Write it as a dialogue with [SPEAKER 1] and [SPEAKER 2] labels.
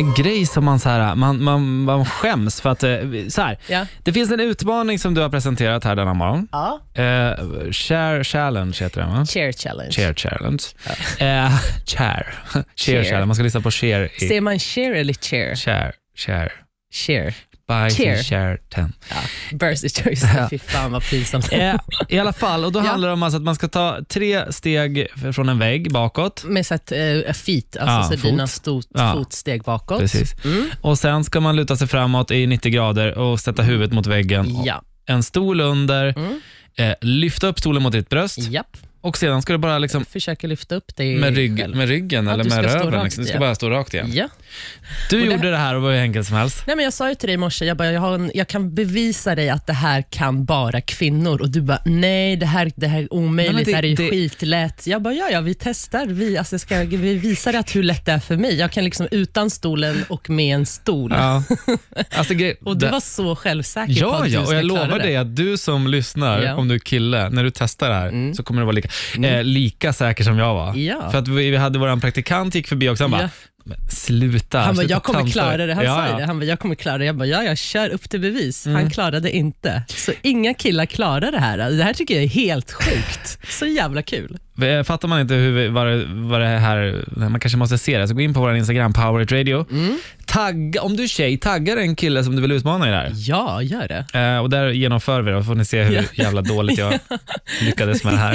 [SPEAKER 1] en grej som man, så här, man, man, man skäms för att... eh, Så här,
[SPEAKER 2] Ja.
[SPEAKER 1] Det finns en utmaning som du har presenterat här denna morgon.
[SPEAKER 2] Ja.
[SPEAKER 1] Eh, share Challenge heter den va?
[SPEAKER 2] Chair challenge.
[SPEAKER 1] Share Challenge. Eh, chair. Share
[SPEAKER 2] Cheer.
[SPEAKER 1] Challenge. Man ska lyssna på share. I,
[SPEAKER 2] Säger man chair eller chair?
[SPEAKER 1] share. Share.
[SPEAKER 2] Chair.
[SPEAKER 1] Buy
[SPEAKER 2] Cheer.
[SPEAKER 1] share 10.
[SPEAKER 2] Versus choice. Fy fan vad pinsamt.
[SPEAKER 1] Eh, I alla fall, och då
[SPEAKER 2] Ja.
[SPEAKER 1] handlar det om alltså att man ska ta tre steg från en vägg bakåt.
[SPEAKER 2] Med så att eh, feet,
[SPEAKER 1] Ja,
[SPEAKER 2] alltså så
[SPEAKER 1] fot.
[SPEAKER 2] dina stot,
[SPEAKER 1] Ja.
[SPEAKER 2] fotsteg bakåt.
[SPEAKER 1] Precis.
[SPEAKER 2] Mm.
[SPEAKER 1] Och Sen ska man luta sig framåt i 90 grader och sätta huvudet mot väggen.
[SPEAKER 2] Ja,
[SPEAKER 1] En stol under,
[SPEAKER 2] Mm.
[SPEAKER 1] eh, lyfta upp stolen mot ditt bröst
[SPEAKER 2] japp.
[SPEAKER 1] och sedan ska du bara liksom
[SPEAKER 2] Försöker lyfta upp dig
[SPEAKER 1] med, rygg,
[SPEAKER 2] själv.
[SPEAKER 1] med ryggen
[SPEAKER 2] Ja,
[SPEAKER 1] eller
[SPEAKER 2] du
[SPEAKER 1] med
[SPEAKER 2] ska stå
[SPEAKER 1] röven.
[SPEAKER 2] rakt
[SPEAKER 1] liksom. Du ska
[SPEAKER 2] igen.
[SPEAKER 1] bara stå rakt igen.
[SPEAKER 2] Ja.
[SPEAKER 1] Du
[SPEAKER 2] det-
[SPEAKER 1] gjorde det här och var hur enkelt som helst.
[SPEAKER 2] Nej, men jag sa ju till dig i morse, jag, bara, jag, har en, jag kan bevisa dig att det här kan bara kvinnor. Och du bara, nej det här, det här är omöjligt,
[SPEAKER 1] Nej, men det-
[SPEAKER 2] det, här är ju
[SPEAKER 1] det-
[SPEAKER 2] skitlätt. Jag bara, ja ja vi testar, vi, alltså, jag ska, vi visar att hur lätt det är för mig. Jag kan liksom utan stolen och med en stol.
[SPEAKER 1] Ja. Alltså, grej,
[SPEAKER 2] Och du
[SPEAKER 1] det-
[SPEAKER 2] var så självsäker på
[SPEAKER 1] Ja,
[SPEAKER 2] att
[SPEAKER 1] ja,
[SPEAKER 2] du
[SPEAKER 1] och
[SPEAKER 2] ska
[SPEAKER 1] jag
[SPEAKER 2] klara
[SPEAKER 1] lovar
[SPEAKER 2] det.
[SPEAKER 1] dig att du som lyssnar,
[SPEAKER 2] Ja. Mm.
[SPEAKER 1] om du är kille, när du testar det här så kommer du vara lika, eh, lika säker som jag var.
[SPEAKER 2] Ja.
[SPEAKER 1] För att vi, vi hade vår praktikant gick förbi också, han bara,
[SPEAKER 2] Ja.
[SPEAKER 1] "Men sluta.
[SPEAKER 2] Han bara,
[SPEAKER 1] sluta
[SPEAKER 2] jag kommer
[SPEAKER 1] tanta
[SPEAKER 2] klara
[SPEAKER 1] er."
[SPEAKER 2] det. Han
[SPEAKER 1] ja,
[SPEAKER 2] sa ju
[SPEAKER 1] ja. Mm.
[SPEAKER 2] det. Han bara, jag kommer klara det. Jag bara, ja, jag kör upp till bevis. Han klarade inte. Så inga killar klarar det här. Det här tycker jag är helt sjukt. Så jävla kul.
[SPEAKER 1] Eh, Fattar man inte hur, vi- vad, det- vad det här, man kanske måste se det, så gå in på vår Instagram, Powerit Radio. Tagga, om du är tjej, tagga en kille som du vill utmana i det här.
[SPEAKER 2] Ja, gör det.
[SPEAKER 1] Eh, och där genomför vi det, och får ni se hur jävla dåligt jag lyckades med det här.